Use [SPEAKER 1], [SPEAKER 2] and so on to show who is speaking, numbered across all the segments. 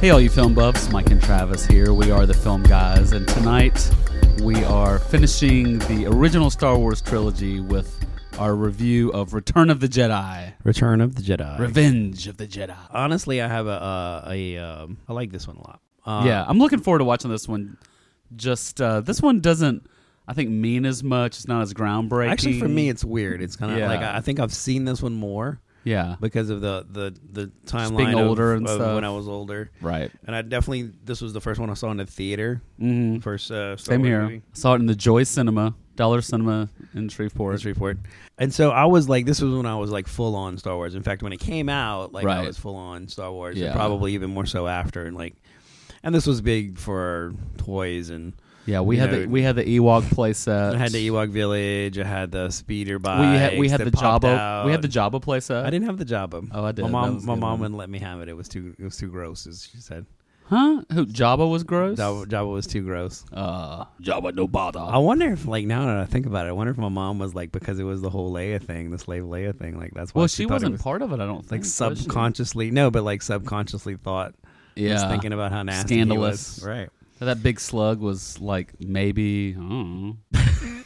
[SPEAKER 1] Hey, all you film buffs, Mike and Travis here. We are the film guys, and tonight we are finishing the original Star Wars trilogy with our review of Return of the Jedi,
[SPEAKER 2] Return of the Jedi.
[SPEAKER 1] Revenge of the Jedi.
[SPEAKER 2] Honestly, I have a uh, a um, I like this one a lot. Uh,
[SPEAKER 1] yeah, I'm looking forward to watching this one. Just uh, this one doesn't, I think, mean as much. It's not as groundbreaking.
[SPEAKER 2] Actually, for me, it's weird. It's kind of
[SPEAKER 1] Yeah.
[SPEAKER 2] like I I think I've seen this one more
[SPEAKER 1] yeah,
[SPEAKER 2] because of the the the timeline
[SPEAKER 1] being
[SPEAKER 2] of-
[SPEAKER 1] older
[SPEAKER 2] of,
[SPEAKER 1] and stuff.
[SPEAKER 2] when I was older,
[SPEAKER 1] right.
[SPEAKER 2] and I definitely this was the first one I saw in the theater.
[SPEAKER 1] Mm-hmm.
[SPEAKER 2] First uh, Star
[SPEAKER 1] Same
[SPEAKER 2] Wars
[SPEAKER 1] here.
[SPEAKER 2] movie.
[SPEAKER 1] Saw it in the Joy Cinema, Dollar Cinema in Shreveport.
[SPEAKER 2] Forest Report. And so I was like, this was when I was like full on Star Wars. In fact, when it came out, like
[SPEAKER 1] Right.
[SPEAKER 2] I was full on Star Wars,
[SPEAKER 1] Yeah.
[SPEAKER 2] and probably even more so after. And like, and this was big for toys and
[SPEAKER 1] Yeah, we
[SPEAKER 2] You
[SPEAKER 1] had
[SPEAKER 2] know,
[SPEAKER 1] the we had the Ewok playset.
[SPEAKER 2] I had the Ewok Village. I had the speeder bike.
[SPEAKER 1] We had we had the Jabba. We had the
[SPEAKER 2] Jabba.
[SPEAKER 1] Jabba uh, playset.
[SPEAKER 2] I didn't have the Jabba.
[SPEAKER 1] Oh, I did.
[SPEAKER 2] My
[SPEAKER 1] That
[SPEAKER 2] mom,
[SPEAKER 1] was a
[SPEAKER 2] my
[SPEAKER 1] good
[SPEAKER 2] mom
[SPEAKER 1] one.
[SPEAKER 2] wouldn't let me have it. It was too, it was too gross. As she said,
[SPEAKER 1] Huh? Who Jabba was gross?
[SPEAKER 2] Jabba, Jabba was too gross.
[SPEAKER 1] Uh, Jabba no
[SPEAKER 2] I
[SPEAKER 1] bother.
[SPEAKER 2] wonder if, like, now that I think about it, I wonder if my mom was like because it was the whole Leia thing, the slave Leia thing. Like that's why.
[SPEAKER 1] Well,
[SPEAKER 2] she,
[SPEAKER 1] she
[SPEAKER 2] thought
[SPEAKER 1] wasn't
[SPEAKER 2] it was,
[SPEAKER 1] part of it. I don't think.
[SPEAKER 2] like
[SPEAKER 1] was she?
[SPEAKER 2] subconsciously no, but like subconsciously thought.
[SPEAKER 1] Yeah.
[SPEAKER 2] was thinking about how nasty he
[SPEAKER 1] Scandalous.
[SPEAKER 2] was. right?
[SPEAKER 1] That big slug was like maybe I don't know,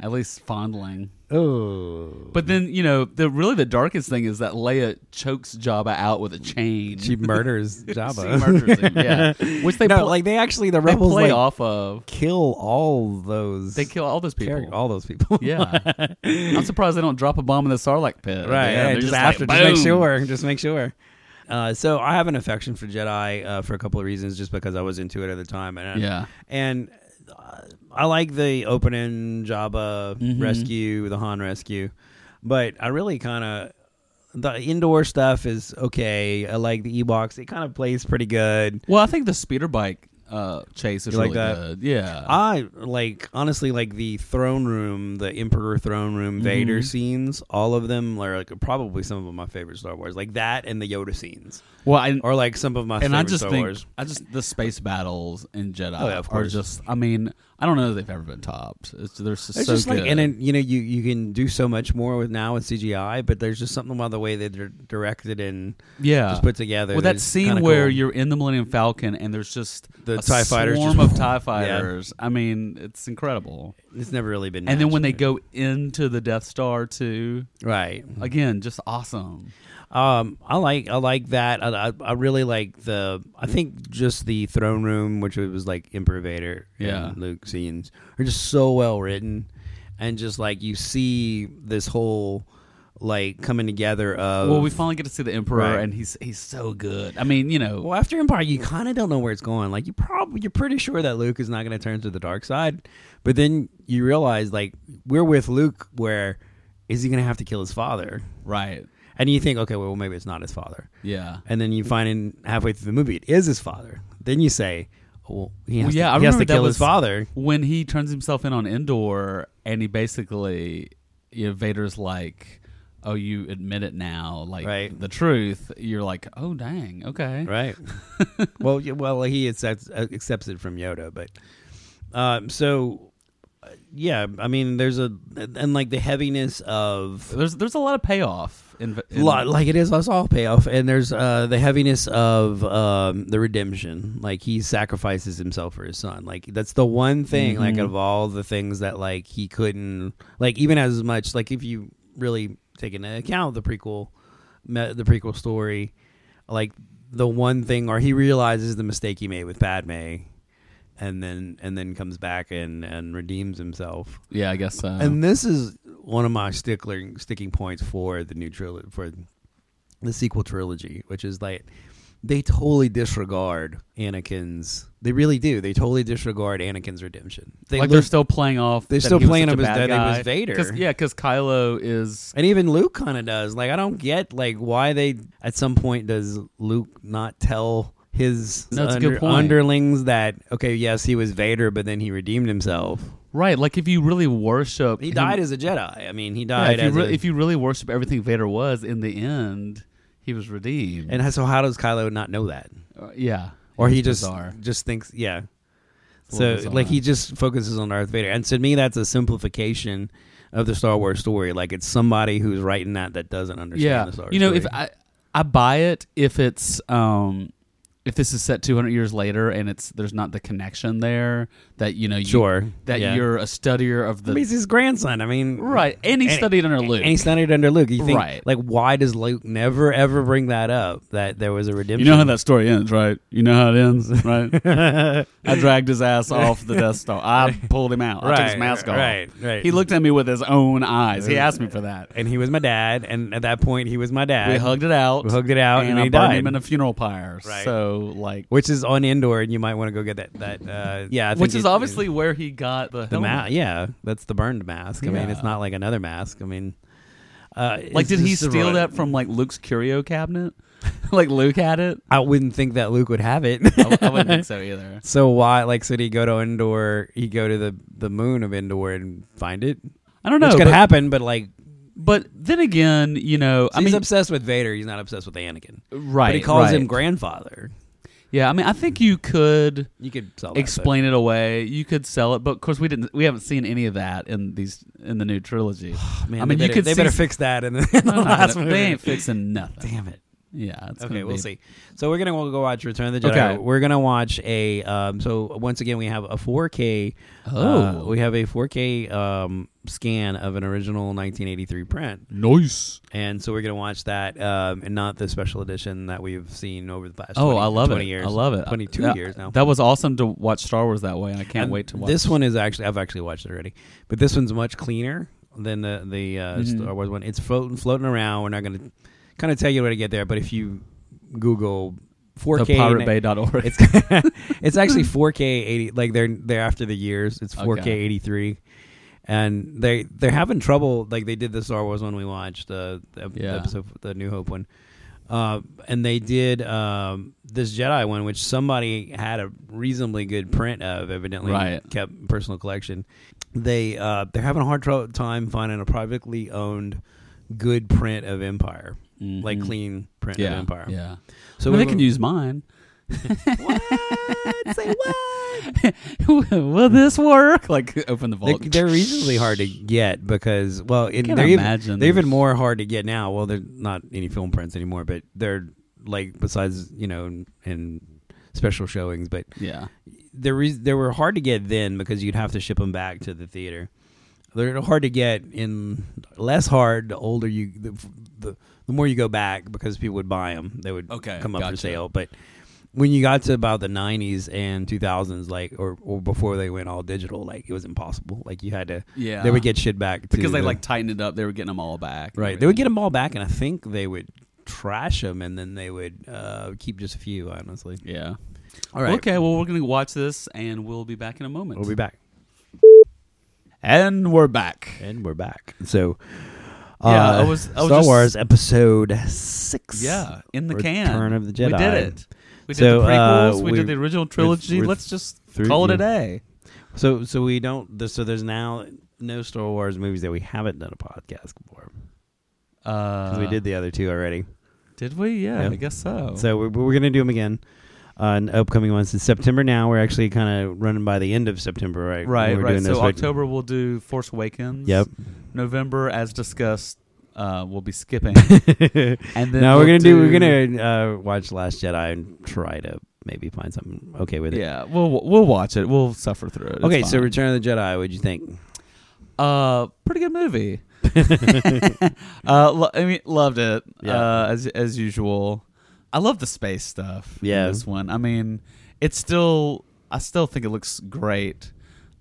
[SPEAKER 1] at least fondling.
[SPEAKER 2] Oh,
[SPEAKER 1] But then you know the really the darkest thing is that Leia chokes Jabba out with a chain.
[SPEAKER 2] she murders Jabba.
[SPEAKER 1] She murders him. Yeah, which they
[SPEAKER 2] no,
[SPEAKER 1] pl-
[SPEAKER 2] like they actually the
[SPEAKER 1] they
[SPEAKER 2] rebels
[SPEAKER 1] play
[SPEAKER 2] like
[SPEAKER 1] off of.
[SPEAKER 2] kill all those.
[SPEAKER 1] They kill all those people.
[SPEAKER 2] character- all those people.
[SPEAKER 1] Yeah, I'm surprised they don't drop a bomb in the Sarlacc pit. Yeah,
[SPEAKER 2] right. yeah,
[SPEAKER 1] they're
[SPEAKER 2] just,
[SPEAKER 1] like,
[SPEAKER 2] after, just make
[SPEAKER 1] boom.
[SPEAKER 2] sure, just make sure. Uh, so I have an affection for Jedi uh, for a couple of reasons, just because I was into it at the time, and
[SPEAKER 1] Yeah.
[SPEAKER 2] and uh, I like the opening Jabba
[SPEAKER 1] Mm-hmm.
[SPEAKER 2] rescue, the Han rescue, but I really kind of. The indoor stuff is okay. I like the Ewoks. It kind of plays pretty good.
[SPEAKER 1] Well, I think the speeder bike uh, chase is
[SPEAKER 2] You like
[SPEAKER 1] really
[SPEAKER 2] that?
[SPEAKER 1] good. Yeah.
[SPEAKER 2] I like honestly like the throne room, the Emperor throne room
[SPEAKER 1] Mm-hmm.
[SPEAKER 2] Vader scenes. All of them are like probably some of my favorite Star Wars, like that and the Yoda scenes,
[SPEAKER 1] well, I,
[SPEAKER 2] or like some of my
[SPEAKER 1] and
[SPEAKER 2] favorite
[SPEAKER 1] I just
[SPEAKER 2] Star
[SPEAKER 1] think
[SPEAKER 2] Wars.
[SPEAKER 1] I just the space battles in Jedi
[SPEAKER 2] Oh, yeah, of
[SPEAKER 1] are
[SPEAKER 2] course.
[SPEAKER 1] just. I mean, I don't know if they've ever been topped. It's, they're just
[SPEAKER 2] It's
[SPEAKER 1] so
[SPEAKER 2] just
[SPEAKER 1] good.
[SPEAKER 2] like and then you know you you can do so much more with now with CGI, but there's just something about the way that they're directed and
[SPEAKER 1] yeah.
[SPEAKER 2] just put together.
[SPEAKER 1] well, that
[SPEAKER 2] that's
[SPEAKER 1] scene
[SPEAKER 2] kinda
[SPEAKER 1] where
[SPEAKER 2] cool.
[SPEAKER 1] you're in the Millennium Falcon and there's just
[SPEAKER 2] The
[SPEAKER 1] a
[SPEAKER 2] TIE fighters
[SPEAKER 1] swarm
[SPEAKER 2] just-
[SPEAKER 1] of Tie fighters. I mean, it's incredible.
[SPEAKER 2] it's never really been.
[SPEAKER 1] And then when they
[SPEAKER 2] matched.
[SPEAKER 1] go into the Death Star too,
[SPEAKER 2] right,
[SPEAKER 1] again, just awesome.
[SPEAKER 2] Um, I like I like that. I, I I really like the. I think just the throne room, which was like Emperor Vader,
[SPEAKER 1] Yeah.
[SPEAKER 2] and Luke scenes are just so well written, and just like you see this whole like coming together of.
[SPEAKER 1] Well, we finally get to see the Emperor,
[SPEAKER 2] Right.
[SPEAKER 1] and he's he's so good. I mean, you know,
[SPEAKER 2] Well, after Empire, you kind of don't know where it's going. Like you probably you're pretty sure that Luke is not going to turn to the dark side, but then you realize like we're with Luke, where is he going to have to kill his father?
[SPEAKER 1] right?
[SPEAKER 2] And you think, okay, well maybe it's not his father.
[SPEAKER 1] Yeah.
[SPEAKER 2] and then you find in halfway through the movie it is his father. Then you say, oh, "Well, he has
[SPEAKER 1] Well, yeah, I
[SPEAKER 2] to, he has to
[SPEAKER 1] remember that
[SPEAKER 2] kill
[SPEAKER 1] was-
[SPEAKER 2] his father."
[SPEAKER 1] when he turns himself in on Endor, and he basically, you know, Vader's like, "Oh, you admit it now, like
[SPEAKER 2] Right.
[SPEAKER 1] the truth." You're like, "Oh, dang, okay."
[SPEAKER 2] Right. well, yeah, well, he accepts, uh, accepts it from Yoda, but um, so uh, yeah, I mean, there's a and like the heaviness of
[SPEAKER 1] There's there's a lot of payoff in, in
[SPEAKER 2] lot like it is us all payoff, and there's uh, the heaviness of um, the redemption. Like he sacrifices himself for his son. Like that's the one thing. Like of all the things that like he couldn't like even as much. Like if you really take into account the prequel, me- the prequel story, like the one thing, or he realizes the mistake he made with Padme. And then and then comes back and, and redeems himself.
[SPEAKER 1] Yeah, I guess so.
[SPEAKER 2] And this is one of my stickler sticking points for the new trilogy for the sequel trilogy, which is like they totally disregard Anakin's. They really do. They totally disregard Anakin's redemption. They
[SPEAKER 1] like they're
[SPEAKER 2] look-
[SPEAKER 1] still playing off.
[SPEAKER 2] they're
[SPEAKER 1] that
[SPEAKER 2] still
[SPEAKER 1] he was
[SPEAKER 2] playing
[SPEAKER 1] such
[SPEAKER 2] him
[SPEAKER 1] a
[SPEAKER 2] as
[SPEAKER 1] bad
[SPEAKER 2] though he was
[SPEAKER 1] guy.
[SPEAKER 2] Vader.
[SPEAKER 1] 'Cause- yeah, because Kylo is.
[SPEAKER 2] and even Luke kind of does. Like I don't get like why they at some point does Luke not tell his
[SPEAKER 1] No, it's a good point.
[SPEAKER 2] underlings that okay, yes, he was Vader, but then he redeemed himself.
[SPEAKER 1] Right, like if you really worship,
[SPEAKER 2] He
[SPEAKER 1] him-
[SPEAKER 2] died as a Jedi. I mean, he
[SPEAKER 1] Yeah,
[SPEAKER 2] died
[SPEAKER 1] if, you
[SPEAKER 2] as
[SPEAKER 1] re-
[SPEAKER 2] a,
[SPEAKER 1] if you really worship everything Vader was, in the end, he was redeemed.
[SPEAKER 2] And so, how does Kylo not know that,
[SPEAKER 1] Uh, yeah,
[SPEAKER 2] or he
[SPEAKER 1] It's
[SPEAKER 2] just
[SPEAKER 1] bizarre.
[SPEAKER 2] just thinks, yeah.
[SPEAKER 1] a little
[SPEAKER 2] So like
[SPEAKER 1] bizarre.
[SPEAKER 2] he just focuses on Darth Vader, and to me, that's a simplification of the Star Wars story. Like it's somebody who's writing that that doesn't understand the Star Wars.
[SPEAKER 1] you know
[SPEAKER 2] story.
[SPEAKER 1] if i i buy it if it's um if this is set 200 years later and it's there's not the connection there that you know you,
[SPEAKER 2] Sure,
[SPEAKER 1] that
[SPEAKER 2] yeah.
[SPEAKER 1] you're a studier of the
[SPEAKER 2] I mean, he's his grandson. I mean,
[SPEAKER 1] right and he
[SPEAKER 2] and-
[SPEAKER 1] studied under Luke
[SPEAKER 2] And he studied under Luke. You think,
[SPEAKER 1] Right.
[SPEAKER 2] like, why does Luke never ever bring that up? That there was a redemption.
[SPEAKER 1] you know how that story ends right you know how it ends right I dragged his ass off the Death Star I pulled him out I took his
[SPEAKER 2] Right,
[SPEAKER 1] mask off
[SPEAKER 2] right, right.
[SPEAKER 1] he looked at me with his own eyes he asked me for that
[SPEAKER 2] and he was my dad, and at that point, he was my dad.
[SPEAKER 1] we hugged it out
[SPEAKER 2] We hugged it out,
[SPEAKER 1] and,
[SPEAKER 2] and
[SPEAKER 1] I
[SPEAKER 2] he
[SPEAKER 1] burned
[SPEAKER 2] died.
[SPEAKER 1] him in a funeral pyre
[SPEAKER 2] Right.
[SPEAKER 1] so like
[SPEAKER 2] which is on indoor, and you might want to go get that. That uh, yeah, I think
[SPEAKER 1] which is
[SPEAKER 2] it-
[SPEAKER 1] obviously where he got the,
[SPEAKER 2] the
[SPEAKER 1] helmet.
[SPEAKER 2] mask. Yeah, that's the burned mask. I mean,
[SPEAKER 1] Yeah.
[SPEAKER 2] it's not like another mask. I mean, uh,
[SPEAKER 1] Like,
[SPEAKER 2] it's
[SPEAKER 1] did he
[SPEAKER 2] just a
[SPEAKER 1] steal
[SPEAKER 2] ro-
[SPEAKER 1] that from like Luke's curio cabinet? like Luke had it.
[SPEAKER 2] I wouldn't think that Luke would have it.
[SPEAKER 1] I, I wouldn't think so either.
[SPEAKER 2] so why, like, so did he go to indoor? He go to the the moon of indoor and find it,
[SPEAKER 1] I don't know.
[SPEAKER 2] which could
[SPEAKER 1] but,
[SPEAKER 2] happen. But like,
[SPEAKER 1] but then again, you know, I
[SPEAKER 2] he's
[SPEAKER 1] mean,
[SPEAKER 2] obsessed with Vader. He's not obsessed with Anakin.
[SPEAKER 1] right?
[SPEAKER 2] but he calls
[SPEAKER 1] right.
[SPEAKER 2] him grandfather.
[SPEAKER 1] Yeah, I mean, I think you could
[SPEAKER 2] You could sell that, but-
[SPEAKER 1] explain it away. You could sell it, but of course, we didn't. We haven't seen any of that in these in the new trilogy.
[SPEAKER 2] Man,
[SPEAKER 1] I mean,
[SPEAKER 2] they
[SPEAKER 1] you
[SPEAKER 2] better,
[SPEAKER 1] could
[SPEAKER 2] they
[SPEAKER 1] see-
[SPEAKER 2] better fix that in the, in the
[SPEAKER 1] No, no,
[SPEAKER 2] last
[SPEAKER 1] they
[SPEAKER 2] movie.
[SPEAKER 1] ain't fixing nothing.
[SPEAKER 2] Damn it.
[SPEAKER 1] Yeah. It's
[SPEAKER 2] Okay,
[SPEAKER 1] gonna
[SPEAKER 2] we'll
[SPEAKER 1] be-
[SPEAKER 2] see. So we're gonna go watch Return of the Jedi.
[SPEAKER 1] Okay.
[SPEAKER 2] We're gonna watch a. Um, so once again, we have a 4K. uh,
[SPEAKER 1] Oh.
[SPEAKER 2] we have a 4K um, scan of an original 1983 print,
[SPEAKER 1] Nice.
[SPEAKER 2] and so we're gonna watch that, um, and not the special edition that we've seen over the past.
[SPEAKER 1] Oh,
[SPEAKER 2] 20
[SPEAKER 1] I love
[SPEAKER 2] 20
[SPEAKER 1] it.
[SPEAKER 2] Years,
[SPEAKER 1] I love it.
[SPEAKER 2] 22
[SPEAKER 1] That-
[SPEAKER 2] years now.
[SPEAKER 1] That was awesome to watch Star Wars that way, and I can't
[SPEAKER 2] And
[SPEAKER 1] wait to watch
[SPEAKER 2] This one is actually I've actually watched it already, but this one's much cleaner than the the uh,
[SPEAKER 1] Mm-hmm.
[SPEAKER 2] Star Wars one. It's floating floating around. We're not going to kind of tell you where to get there, but if you Google 4K,
[SPEAKER 1] the piratebay.org.
[SPEAKER 2] it's it's actually 4K 80. Like they're they're after the years. It's 4K
[SPEAKER 1] Okay.
[SPEAKER 2] 83. And they they're having trouble like they did the Star Wars one we watched the, the ep-
[SPEAKER 1] Yeah.
[SPEAKER 2] episode the New Hope one, uh, and they did um, this Jedi one which somebody had a reasonably good print of evidently
[SPEAKER 1] Right.
[SPEAKER 2] kept personal collection. They uh, they're having a hard tro- time finding a privately owned good print of Empire like
[SPEAKER 1] Mhm.
[SPEAKER 2] clean print
[SPEAKER 1] yeah,
[SPEAKER 2] of Empire.
[SPEAKER 1] Yeah. So
[SPEAKER 2] So
[SPEAKER 1] they
[SPEAKER 2] we-
[SPEAKER 1] can use mine.
[SPEAKER 2] what say what.
[SPEAKER 1] Will this work? Like open the vault.
[SPEAKER 2] They, are reasonably hard to get because, well, it,
[SPEAKER 1] Can't
[SPEAKER 2] they're, even,
[SPEAKER 1] imagine
[SPEAKER 2] they're even
[SPEAKER 1] there's-
[SPEAKER 2] more hard to get now. Well, they're not any film prints anymore, but they're like besides you know in, in special showings, but
[SPEAKER 1] yeah.
[SPEAKER 2] there is they were hard to get then because you'd have to ship them back to the theater. They're hard to get in less hard the older you the the, the more you go back because people would buy them. They would
[SPEAKER 1] Okay,
[SPEAKER 2] come up for
[SPEAKER 1] gotcha.
[SPEAKER 2] sale, but. When you got to about the '90s and 2000s, like or, or before they went all digital, like it was impossible. Like you had to,
[SPEAKER 1] Yeah.
[SPEAKER 2] they would get shit back to
[SPEAKER 1] because they
[SPEAKER 2] the-
[SPEAKER 1] like tightened it up. They were getting them all back. and
[SPEAKER 2] right. They would get
[SPEAKER 1] everything.
[SPEAKER 2] them all back, and I think they would trash them, and then they would uh, keep just a few. Honestly,
[SPEAKER 1] Yeah.
[SPEAKER 2] all right.
[SPEAKER 1] Okay. Well, we're gonna watch this, and we'll be back in a moment.
[SPEAKER 2] we'll be back,
[SPEAKER 1] and we're back.
[SPEAKER 2] and we're back. So,
[SPEAKER 1] Yeah,
[SPEAKER 2] uh,
[SPEAKER 1] I was- I was
[SPEAKER 2] Star
[SPEAKER 1] just-
[SPEAKER 2] Wars Episode Six.
[SPEAKER 1] Yeah, in the
[SPEAKER 2] Return
[SPEAKER 1] can.
[SPEAKER 2] of the Jedi.
[SPEAKER 1] We did it. We did
[SPEAKER 2] So,
[SPEAKER 1] the prequels.
[SPEAKER 2] uh,
[SPEAKER 1] we,
[SPEAKER 2] we-
[SPEAKER 1] did the original trilogy.
[SPEAKER 2] we're
[SPEAKER 1] Let's just
[SPEAKER 2] through-
[SPEAKER 1] call it
[SPEAKER 2] yeah.
[SPEAKER 1] a day.
[SPEAKER 2] So, so we don't. th- So there's now no Star Wars movies that we haven't done a podcast for
[SPEAKER 1] Uh,
[SPEAKER 2] because we did the other two already.
[SPEAKER 1] Did we? Yeah,
[SPEAKER 2] Yeah.
[SPEAKER 1] I guess so.
[SPEAKER 2] So we're, we're gonna do them again. Uh, in upcoming months in September. Now we're actually kind of running by the end of September, right?
[SPEAKER 1] right.
[SPEAKER 2] We're
[SPEAKER 1] Right.
[SPEAKER 2] doing
[SPEAKER 1] So
[SPEAKER 2] this, right?
[SPEAKER 1] October we'll do Force Awakens.
[SPEAKER 2] Yep.
[SPEAKER 1] November, as discussed, uh, we'll be skipping. and then we'll
[SPEAKER 2] no, we're gonna do. We're gonna uh, watch Last Jedi and try to maybe find something okay with it.
[SPEAKER 1] Yeah, we'll we'll watch it. We'll suffer through it. It's
[SPEAKER 2] Okay, so
[SPEAKER 1] fine.
[SPEAKER 2] Return of the Jedi. What'd you think?
[SPEAKER 1] uh, pretty good movie. uh, lo- I mean, loved it.
[SPEAKER 2] Yeah.
[SPEAKER 1] Uh, as as usual, I love the space stuff. in
[SPEAKER 2] Yeah.
[SPEAKER 1] this one. I mean, it's still. I still think it looks great.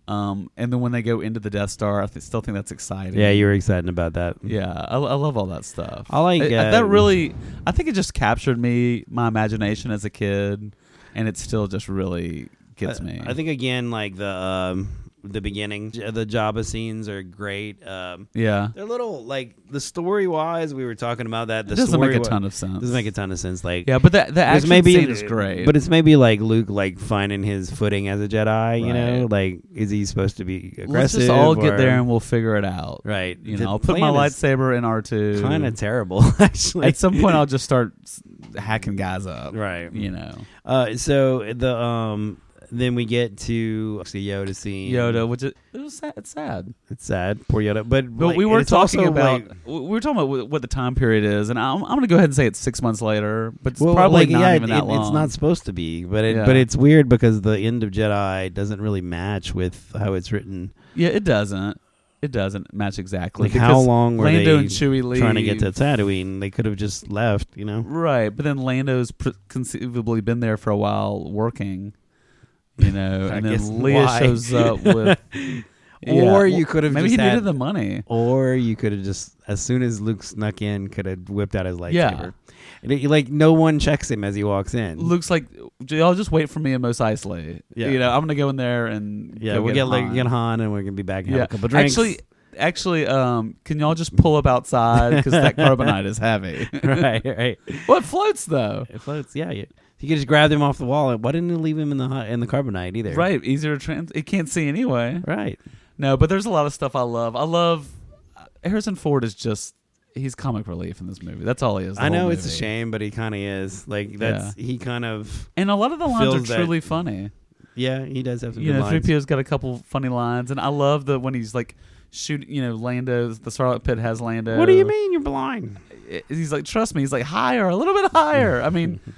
[SPEAKER 1] Um, and then when they go into the Death Star, I th- still think that's exciting.
[SPEAKER 2] Yeah, you were excited about that.
[SPEAKER 1] Yeah, I, I love all that stuff.
[SPEAKER 2] I like,
[SPEAKER 1] I- I-
[SPEAKER 2] uh,
[SPEAKER 1] that. Really, I think it just captured me, my imagination as a kid, and it still just really gets
[SPEAKER 2] I,
[SPEAKER 1] me.
[SPEAKER 2] I think again, like the um, the beginning, J- the Jabba scenes are great. Um,
[SPEAKER 1] Yeah,
[SPEAKER 2] they're little like the story wise. We were talking about that.
[SPEAKER 1] it
[SPEAKER 2] The
[SPEAKER 1] doesn't
[SPEAKER 2] story
[SPEAKER 1] make a ton of sense.
[SPEAKER 2] doesn't make a ton of sense. Like
[SPEAKER 1] yeah, but that the
[SPEAKER 2] There's
[SPEAKER 1] action
[SPEAKER 2] maybe-
[SPEAKER 1] scene is great.
[SPEAKER 2] But it's maybe like Luke, like finding his footing as a Jedi. You know,
[SPEAKER 1] Right.
[SPEAKER 2] like is he supposed to be aggressive?
[SPEAKER 1] let's just all get
[SPEAKER 2] or-
[SPEAKER 1] there and we'll figure it out.
[SPEAKER 2] right.
[SPEAKER 1] You know, I'll put my lightsaber in R two.
[SPEAKER 2] Kind of terrible, actually.
[SPEAKER 1] At some point, I'll just start s- hacking guys up.
[SPEAKER 2] right.
[SPEAKER 1] You know.
[SPEAKER 2] Uh, so the um Then we get to see Yoda scene.
[SPEAKER 1] Yoda, which is it was sad. It's sad.
[SPEAKER 2] It's sad. Poor Yoda. But,
[SPEAKER 1] But
[SPEAKER 2] like,
[SPEAKER 1] we were
[SPEAKER 2] it's also,
[SPEAKER 1] talking about
[SPEAKER 2] like-
[SPEAKER 1] we were talking about wh- what the time period is, and I'm, I'm going to go ahead and say it's six months later, but it's
[SPEAKER 2] well,
[SPEAKER 1] probably
[SPEAKER 2] like,
[SPEAKER 1] not
[SPEAKER 2] yeah,
[SPEAKER 1] even
[SPEAKER 2] it-
[SPEAKER 1] that
[SPEAKER 2] it-
[SPEAKER 1] long.
[SPEAKER 2] It's not supposed to be, but it,
[SPEAKER 1] Yeah.
[SPEAKER 2] but it's weird because the end of Jedi doesn't really match with how it's written.
[SPEAKER 1] yeah, it doesn't. It doesn't match exactly.
[SPEAKER 2] Like how
[SPEAKER 1] because
[SPEAKER 2] long were
[SPEAKER 1] Lando
[SPEAKER 2] they
[SPEAKER 1] and Chewie leave
[SPEAKER 2] trying to get to Tatooine? They could have just left, you know.
[SPEAKER 1] Right, but then Lando's pr- conceivably been there for a while working, you know,
[SPEAKER 2] I
[SPEAKER 1] and
[SPEAKER 2] guess
[SPEAKER 1] then Leia
[SPEAKER 2] why?
[SPEAKER 1] shows up with.
[SPEAKER 2] Or
[SPEAKER 1] Yeah,
[SPEAKER 2] you could have
[SPEAKER 1] maybe
[SPEAKER 2] just
[SPEAKER 1] he
[SPEAKER 2] had-
[SPEAKER 1] needed the money.
[SPEAKER 2] Or you could have just, as soon as Luke snuck in, could have whipped out his lightsaber.
[SPEAKER 1] Yeah.
[SPEAKER 2] And it- like no one checks him as he walks in.
[SPEAKER 1] Luke's like, y'all just wait for me in Mos Eisley.
[SPEAKER 2] Yeah.
[SPEAKER 1] You know, I'm gonna go in there and
[SPEAKER 2] yeah,
[SPEAKER 1] go
[SPEAKER 2] we'll get like
[SPEAKER 1] Han."
[SPEAKER 2] get Han, and we're gonna be back and have a couple drinks.
[SPEAKER 1] Actually, actually, um, can y'all just pull up outside because that carbonite is heavy.
[SPEAKER 2] right, right.
[SPEAKER 1] well, it floats though.
[SPEAKER 2] It floats. Yeah, yeah. You could just grab him off the wall. and Why didn't they leave him in the hot, in the carbonite either?
[SPEAKER 1] Right, easier to trans. It can't see anyway.
[SPEAKER 2] right.
[SPEAKER 1] No, but there's a lot of stuff I love. I love uh, Harrison Ford is just he's comic relief in this movie. That's all he is. the
[SPEAKER 2] I know
[SPEAKER 1] whole
[SPEAKER 2] it's a
[SPEAKER 1] movie.
[SPEAKER 2] shame, but he kind of is. Like that's he kind of
[SPEAKER 1] And a lot of the lines
[SPEAKER 2] Fills
[SPEAKER 1] are
[SPEAKER 2] that-
[SPEAKER 1] truly funny.
[SPEAKER 2] yeah. He does have some
[SPEAKER 1] You
[SPEAKER 2] good
[SPEAKER 1] know, three
[SPEAKER 2] lines.
[SPEAKER 1] P's got a couple funny lines, and I love the when he's like shoot. You know, Lando, the Scarlet Pit has Lando.
[SPEAKER 2] What do you mean you're blind?
[SPEAKER 1] I- He's like, trust me. He's like higher, a little bit higher. I mean. I-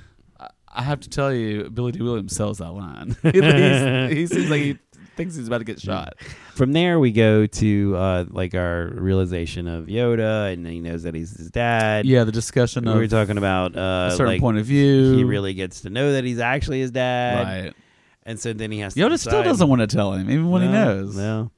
[SPEAKER 1] I have to tell you, Billy D. Williams sells that line. He's- he seems like he thinks he's about to get shot.
[SPEAKER 2] From there we go to uh, like our realization of Yoda, and he knows that he's his dad.
[SPEAKER 1] Yeah, the discussion
[SPEAKER 2] we
[SPEAKER 1] of
[SPEAKER 2] were talking about uh,
[SPEAKER 1] a certain
[SPEAKER 2] like,
[SPEAKER 1] point of view.
[SPEAKER 2] He really gets to know that he's actually his dad,
[SPEAKER 1] right.
[SPEAKER 2] and so then he has to
[SPEAKER 1] Yoda still
[SPEAKER 2] decide-
[SPEAKER 1] doesn't want to tell him, even when he
[SPEAKER 2] No,
[SPEAKER 1] knows.
[SPEAKER 2] No,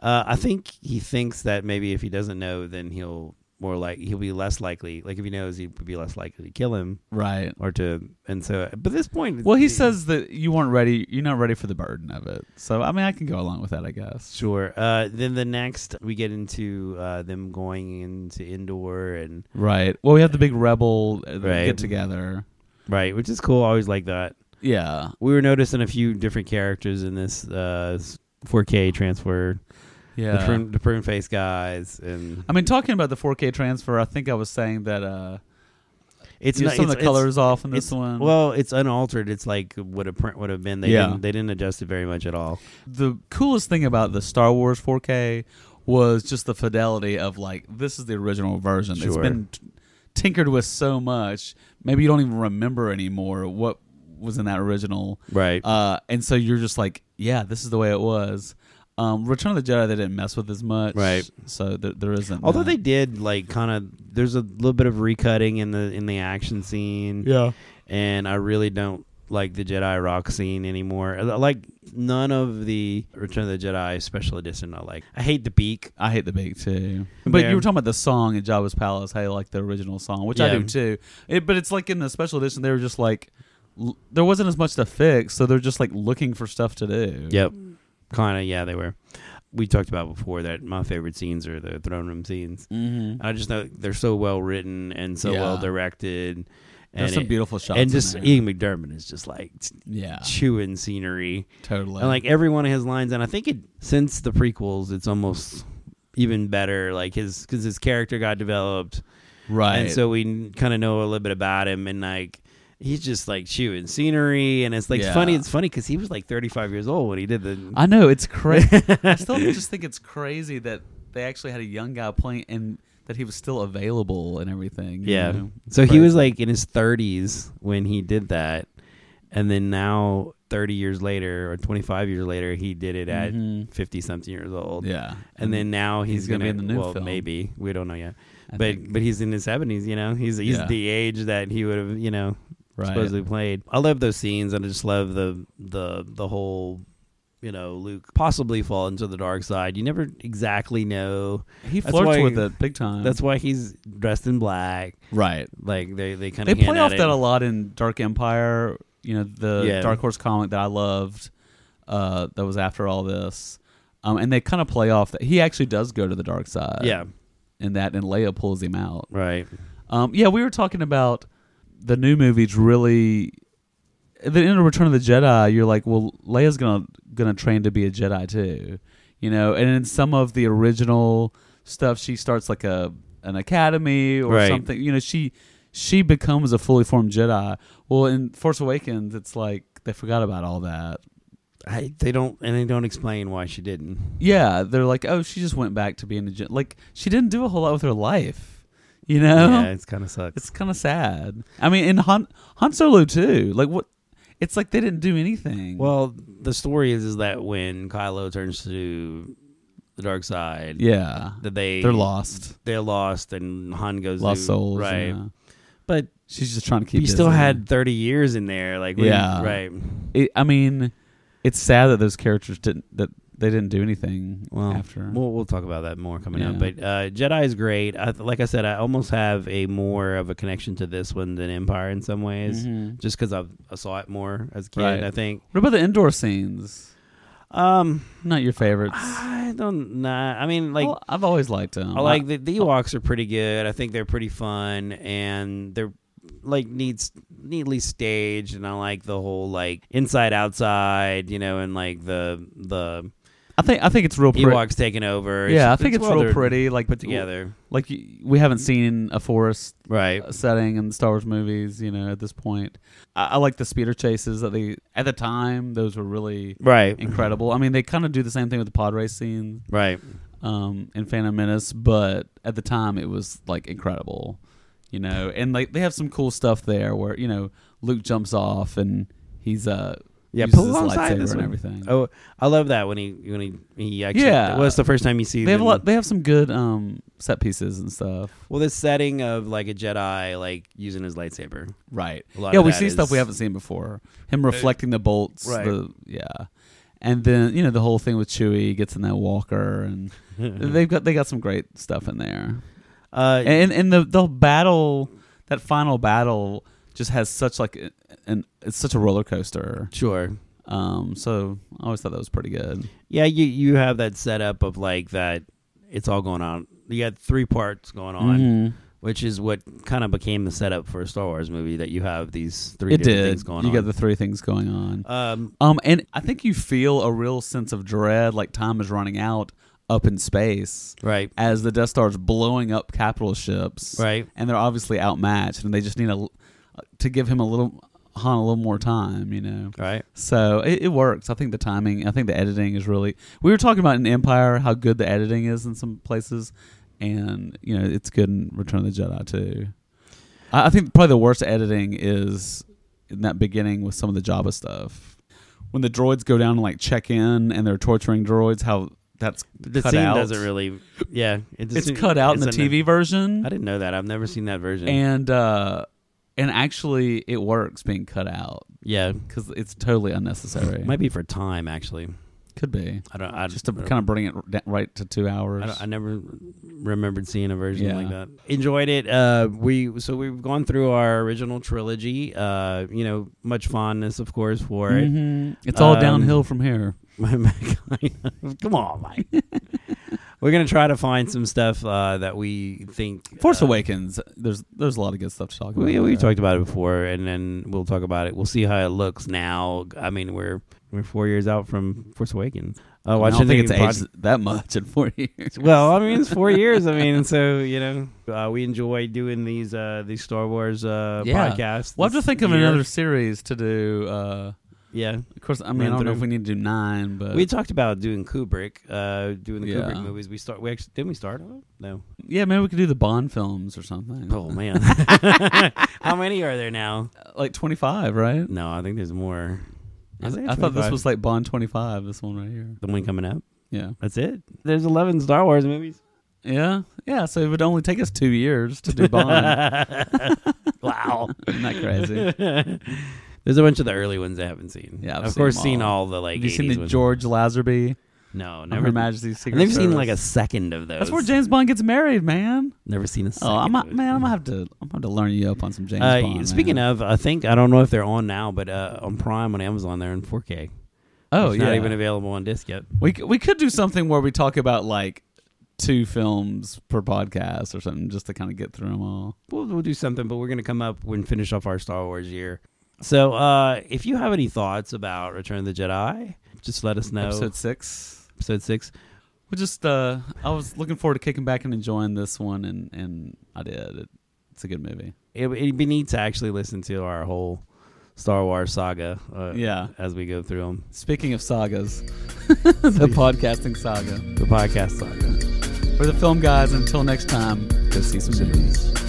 [SPEAKER 2] uh, I think he thinks that maybe if he doesn't know, then he'll more like he'll be less likely. Like if he knows, he would be less likely to kill him
[SPEAKER 1] Right.
[SPEAKER 2] or to. And so, but this point,
[SPEAKER 1] Well, he
[SPEAKER 2] it-
[SPEAKER 1] says that you weren't ready. You're not ready for the burden of it. So, I mean, I can go along with that, I guess.
[SPEAKER 2] sure. Uh, then the next we get into uh, them going into indoor and
[SPEAKER 1] Right. Well, we have the big rebel uh,
[SPEAKER 2] Right.
[SPEAKER 1] get together.
[SPEAKER 2] right, which is cool. I always like that.
[SPEAKER 1] Yeah.
[SPEAKER 2] We were noticing a few different characters in this uh, 4K transfer.
[SPEAKER 1] Yeah. Uh,
[SPEAKER 2] The prune, the prune face guys, and
[SPEAKER 1] I mean, talking about the 4K transfer, I think I was saying that uh,
[SPEAKER 2] it's
[SPEAKER 1] you know,
[SPEAKER 2] not-
[SPEAKER 1] some of
[SPEAKER 2] it's-
[SPEAKER 1] the
[SPEAKER 2] it's-
[SPEAKER 1] colors off in this
[SPEAKER 2] It's-
[SPEAKER 1] one.
[SPEAKER 2] Well, it's unaltered. It's like what a print would have been. They
[SPEAKER 1] Um, Yeah.
[SPEAKER 2] didn't, they didn't adjust it very much at all.
[SPEAKER 1] the coolest thing about the Star Wars 4K was just the fidelity of like this is the original version. It's
[SPEAKER 2] Sure.
[SPEAKER 1] been t- tinkered with so much, maybe you don't even remember anymore what was in that original.
[SPEAKER 2] Right.
[SPEAKER 1] Uh, and so you're just like, yeah, this is the way it was. Um, Return of the Jedi, they didn't mess with as much,
[SPEAKER 2] Right.
[SPEAKER 1] So there, there isn't.
[SPEAKER 2] Although
[SPEAKER 1] that.
[SPEAKER 2] they did like kind of there's a little bit of recutting in the in the action scene.
[SPEAKER 1] yeah,
[SPEAKER 2] And I really don't like the Jedi rock scene anymore. I like none of the Return of the Jedi special edition I like. I hate the beak.
[SPEAKER 1] I hate the beak too. But
[SPEAKER 2] Yeah.
[SPEAKER 1] you were talking about the song in Jabba's palace. Hey, like the original song, which I
[SPEAKER 2] Yeah.
[SPEAKER 1] do too. It, but it's like in the special edition, they were just like, l- there wasn't as much to fix, so they're just like looking for stuff to do.
[SPEAKER 2] Yep. Kind of yeah, they were. We talked about before that my favorite scenes are the throne room scenes.
[SPEAKER 1] Mm-hmm.
[SPEAKER 2] I just know they're so well written and so
[SPEAKER 1] Yeah.
[SPEAKER 2] well directed.
[SPEAKER 1] There's
[SPEAKER 2] and
[SPEAKER 1] some
[SPEAKER 2] it-
[SPEAKER 1] beautiful shots. in
[SPEAKER 2] and just
[SPEAKER 1] there.
[SPEAKER 2] Ian McDermott is just like t-
[SPEAKER 1] yeah,
[SPEAKER 2] chewing scenery,
[SPEAKER 1] totally.
[SPEAKER 2] and like every one of his lines. And I think it since the prequels, it's almost even better. Like his because his character got developed,
[SPEAKER 1] right.
[SPEAKER 2] and so we kind of know a little bit about him. And like he's just like chewing scenery, and it's like
[SPEAKER 1] Yeah.
[SPEAKER 2] funny. It's funny because he was like 35 years old when he did the.
[SPEAKER 1] I know it's crazy. I still just think it's crazy that they actually had a young guy playing and that he was still available and everything. you
[SPEAKER 2] yeah,
[SPEAKER 1] know?
[SPEAKER 2] so he
[SPEAKER 1] Crazy.
[SPEAKER 2] was like in his 30s when he did that, and then now 30 years later or 25 years later, he did it at
[SPEAKER 1] Mhm.
[SPEAKER 2] 50 something years old.
[SPEAKER 1] Yeah,
[SPEAKER 2] and then now he's,
[SPEAKER 1] he's
[SPEAKER 2] gonna,
[SPEAKER 1] gonna be in the new
[SPEAKER 2] well,
[SPEAKER 1] film.
[SPEAKER 2] Maybe we don't know yet,
[SPEAKER 1] I
[SPEAKER 2] but
[SPEAKER 1] think-
[SPEAKER 2] but he's in his seventies. You know, he's he's
[SPEAKER 1] Yeah.
[SPEAKER 2] the age that he would have you know
[SPEAKER 1] Right.
[SPEAKER 2] supposedly played. I love those scenes, and I just love the the the whole you know Luke possibly fall into the dark side. You never exactly know.
[SPEAKER 1] he
[SPEAKER 2] That's
[SPEAKER 1] flirts
[SPEAKER 2] why-
[SPEAKER 1] with it big time.
[SPEAKER 2] That's why he's dressed in black.
[SPEAKER 1] right.
[SPEAKER 2] Like they they kind
[SPEAKER 1] They
[SPEAKER 2] of
[SPEAKER 1] play off that a lot in Dark Empire. You know, the
[SPEAKER 2] Yeah.
[SPEAKER 1] Dark Horse comic that I loved uh, that was after all this. Um, and they kind of play off that he actually does go to the dark side.
[SPEAKER 2] Yeah,
[SPEAKER 1] And that, and Leia pulls him out.
[SPEAKER 2] right.
[SPEAKER 1] Um, yeah, we were talking about the new movies really. The end of Return of the Jedi, you're like, well, Leia's gonna gonna train to be a Jedi too, you know. And in some of the original stuff, she starts like a an academy or
[SPEAKER 2] Right.
[SPEAKER 1] something. You know, she she becomes a fully formed Jedi. Well, in Force Awakens, it's like they forgot about all that
[SPEAKER 2] I, they don't, and they don't explain why she didn't.
[SPEAKER 1] Yeah, they're like, oh, she just went back to being a gen-. like she didn't do a whole lot with her life, you know.
[SPEAKER 2] Yeah, it's kind of sucks.
[SPEAKER 1] It's kind of sad. I mean, in Han Han Solo too, like what? It's like they didn't do anything.
[SPEAKER 2] Well, the story is is that when Kylo turns to the dark side,
[SPEAKER 1] yeah,
[SPEAKER 2] that they
[SPEAKER 1] they're lost,
[SPEAKER 2] They're lost, and Han goes
[SPEAKER 1] lost
[SPEAKER 2] to-
[SPEAKER 1] souls.
[SPEAKER 2] right?
[SPEAKER 1] yeah.
[SPEAKER 2] But
[SPEAKER 1] She's just trying to keep.
[SPEAKER 2] you still
[SPEAKER 1] Disney.
[SPEAKER 2] had thirty years in there, like what do you-
[SPEAKER 1] Yeah.
[SPEAKER 2] right.
[SPEAKER 1] It, I mean, it's sad that those characters didn't that they didn't do anything
[SPEAKER 2] Well,
[SPEAKER 1] after.
[SPEAKER 2] We'll we'll talk about that more coming up.
[SPEAKER 1] Yeah.
[SPEAKER 2] But uh, Jedi is great. I, th- like I said, I almost have a more of a connection to this one than Empire in some ways,
[SPEAKER 1] Mhm.
[SPEAKER 2] just because I saw it more as a kid.
[SPEAKER 1] Right.
[SPEAKER 2] I think.
[SPEAKER 1] What about the indoor scenes?
[SPEAKER 2] Um,
[SPEAKER 1] Not your favorites.
[SPEAKER 2] I don't know. I mean, Uh, like.
[SPEAKER 1] Well, I've always liked them.
[SPEAKER 2] I like the, the Ewoks are pretty good. I think they're pretty fun and they're like neats, neatly staged. And I like the whole like inside outside, you know, and like the the
[SPEAKER 1] I think I think it's real pretty.
[SPEAKER 2] Ewoks taking over.
[SPEAKER 1] Yeah, I think it's,
[SPEAKER 2] well,
[SPEAKER 1] real
[SPEAKER 2] they're
[SPEAKER 1] pretty. Like
[SPEAKER 2] put together,
[SPEAKER 1] Like y- we haven't seen a forest
[SPEAKER 2] right?
[SPEAKER 1] setting in the Star Wars movies. You know, at this point, I, I like the speeder chases that they at the time. Those were really
[SPEAKER 2] Right,
[SPEAKER 1] incredible. I mean, they kind of do the same thing with the pod race scene
[SPEAKER 2] right.
[SPEAKER 1] um, in Phantom Menace, but at the time it was like incredible, you know. And like they have some cool stuff there where you know Luke jumps off and he's uh
[SPEAKER 2] Yeah,
[SPEAKER 1] uses
[SPEAKER 2] put
[SPEAKER 1] his
[SPEAKER 2] alongside
[SPEAKER 1] lightsaber
[SPEAKER 2] this
[SPEAKER 1] and
[SPEAKER 2] one.
[SPEAKER 1] everything.
[SPEAKER 2] Oh, I love that when he when he he actually.
[SPEAKER 1] Yeah.
[SPEAKER 2] well, it's the first time you see.
[SPEAKER 1] they have a
[SPEAKER 2] them-
[SPEAKER 1] lot. They have some good um set pieces and stuff.
[SPEAKER 2] Well, this setting of like a Jedi like using his lightsaber.
[SPEAKER 1] Right.
[SPEAKER 2] A lot
[SPEAKER 1] yeah,
[SPEAKER 2] of
[SPEAKER 1] we
[SPEAKER 2] that
[SPEAKER 1] see stuff we
[SPEAKER 2] is-
[SPEAKER 1] haven't seen before. Him reflecting the bolts.
[SPEAKER 2] Right.
[SPEAKER 1] The, yeah. And then you know the whole thing with Chewie gets in that walker, and they've got they got some great stuff in there.
[SPEAKER 2] Uh,
[SPEAKER 1] And and the the battle, that final battle, just has such like a- an it's such a roller coaster.
[SPEAKER 2] sure.
[SPEAKER 1] Um, so I always thought that was pretty good.
[SPEAKER 2] Yeah, you you have that setup of like that. It's all going on. You got three parts going on,
[SPEAKER 1] Mhm.
[SPEAKER 2] which is what kind of became the setup for a Star Wars movie. That you have these three
[SPEAKER 1] It
[SPEAKER 2] different
[SPEAKER 1] did.
[SPEAKER 2] things going
[SPEAKER 1] you
[SPEAKER 2] on.
[SPEAKER 1] got the three things going on.
[SPEAKER 2] um,
[SPEAKER 1] Um, and I think you feel a real sense of dread, like time is running out up in space.
[SPEAKER 2] right,
[SPEAKER 1] as the Death Star's blowing up capital ships,
[SPEAKER 2] right.
[SPEAKER 1] and they're obviously outmatched, and they just need a to give him a little Han a little more time, you know.
[SPEAKER 2] Right.
[SPEAKER 1] So it, it works. I think the timing, I think the editing is really. We were talking about in Empire how good the editing is in some places, and you know it's good in Return of the Jedi too. I, I think probably the worst editing is in that beginning with some of the Jabba stuff. When the droids go down and like check in and they're torturing droids, how that's
[SPEAKER 2] The
[SPEAKER 1] cut
[SPEAKER 2] scene
[SPEAKER 1] out.
[SPEAKER 2] doesn't really. Yeah, it
[SPEAKER 1] it's
[SPEAKER 2] doesn't-
[SPEAKER 1] cut out in the
[SPEAKER 2] it's in
[SPEAKER 1] TV version,
[SPEAKER 2] I didn't know that. I've never seen that version.
[SPEAKER 1] and uh, and actually it works being cut out
[SPEAKER 2] yeah,
[SPEAKER 1] because it's totally unnecessary.
[SPEAKER 2] might be for time actually.
[SPEAKER 1] Could be
[SPEAKER 2] I don't. I
[SPEAKER 1] just to
[SPEAKER 2] I don't-
[SPEAKER 1] kind of bring it r- da- right to two hours.
[SPEAKER 2] I, don't- I never remembered seeing a version
[SPEAKER 1] Yeah.
[SPEAKER 2] like that. Enjoyed it. Uh, we so we've gone through our original trilogy. Uh, you know, much fondness, of course, for it.
[SPEAKER 1] Mhm. It's all
[SPEAKER 2] Um,
[SPEAKER 1] downhill from here.
[SPEAKER 2] Come on, Mike. We're gonna try to find some stuff uh, that we think
[SPEAKER 1] Force
[SPEAKER 2] uh,
[SPEAKER 1] Awakens. There's there's a lot of good stuff to talk about.
[SPEAKER 2] We we
[SPEAKER 1] there.
[SPEAKER 2] talked about it before, and then we'll talk about it. We'll see how it looks now. I mean, we're we're four years out from Force Awakens. Uh,
[SPEAKER 1] I
[SPEAKER 2] watch
[SPEAKER 1] don't
[SPEAKER 2] the
[SPEAKER 1] think it's
[SPEAKER 2] Thinking Pod-
[SPEAKER 1] aged that much in four years.
[SPEAKER 2] Well, I mean, it's four years. I mean, so you know, uh, we enjoy doing these uh, these Star Wars uh,
[SPEAKER 1] Yeah.
[SPEAKER 2] podcasts.
[SPEAKER 1] We'll have to
[SPEAKER 2] this
[SPEAKER 1] think of
[SPEAKER 2] year.
[SPEAKER 1] another series to do. Uh,
[SPEAKER 2] Yeah,
[SPEAKER 1] of course, I mean, I
[SPEAKER 2] Run
[SPEAKER 1] don't know
[SPEAKER 2] through.
[SPEAKER 1] if we need to do nine, but
[SPEAKER 2] we talked about doing Kubrick, uh, doing the
[SPEAKER 1] uh, Yeah.
[SPEAKER 2] Kubrick movies. We start. We actually didn't we start on it? No.
[SPEAKER 1] yeah, maybe we could do the Bond films or something.
[SPEAKER 2] Oh man, how many are there now?
[SPEAKER 1] Like twenty five, right?
[SPEAKER 2] No, I think there's more.
[SPEAKER 1] I,
[SPEAKER 2] Is there
[SPEAKER 1] I thought this
[SPEAKER 2] 25?
[SPEAKER 1] was like Bond 25, this one right here.
[SPEAKER 2] the one coming up.
[SPEAKER 1] Yeah.
[SPEAKER 2] That's it. There's 11 Star Wars movies.
[SPEAKER 1] Yeah. Yeah. So it would only take us two years to do Bond.
[SPEAKER 2] wow.
[SPEAKER 1] Isn't that crazy?
[SPEAKER 2] There's a bunch of the early ones I haven't seen.
[SPEAKER 1] Yeah, I've
[SPEAKER 2] of
[SPEAKER 1] seen
[SPEAKER 2] course,
[SPEAKER 1] them
[SPEAKER 2] seen
[SPEAKER 1] all.
[SPEAKER 2] all the like.
[SPEAKER 1] Have you seen
[SPEAKER 2] 80s
[SPEAKER 1] the
[SPEAKER 2] ones.
[SPEAKER 1] George Lazenby?
[SPEAKER 2] No,
[SPEAKER 1] on
[SPEAKER 2] never.
[SPEAKER 1] Her Majesty's
[SPEAKER 2] I've
[SPEAKER 1] Secret
[SPEAKER 2] never seen
[SPEAKER 1] Service?
[SPEAKER 2] like a second of those.
[SPEAKER 1] That's where James Bond gets married, man.
[SPEAKER 2] Never seen a second.
[SPEAKER 1] Oh, I'm
[SPEAKER 2] of
[SPEAKER 1] not,
[SPEAKER 2] it.
[SPEAKER 1] man. I'm gonna have to. I'm gonna have to learn you up on some James
[SPEAKER 2] Uh,
[SPEAKER 1] Bond.
[SPEAKER 2] speaking
[SPEAKER 1] man.
[SPEAKER 2] of, I think I don't know if they're on now, but uh, on Prime on Amazon they're in 4K.
[SPEAKER 1] oh
[SPEAKER 2] it's
[SPEAKER 1] yeah,
[SPEAKER 2] not even available on disc yet.
[SPEAKER 1] we c- we could do something where we talk about like two films per podcast or something, just to kind of get through them all.
[SPEAKER 2] we'll, we'll do something, but we're going to come up and finish off our Star Wars year. So, uh, if you have any thoughts about Return of the Jedi, just let us know.
[SPEAKER 1] Episode six.
[SPEAKER 2] Episode six.
[SPEAKER 1] We just. Uh, I was looking forward to kicking back and enjoying this one, and and I did. It, it's a good movie.
[SPEAKER 2] It, it'd be neat to actually listen to our whole Star Wars saga. Uh,
[SPEAKER 1] Yeah.
[SPEAKER 2] as we go through them,
[SPEAKER 1] Speaking of sagas, the podcasting saga.
[SPEAKER 2] the podcast saga.
[SPEAKER 1] For the film guys, until next time, go see some movies.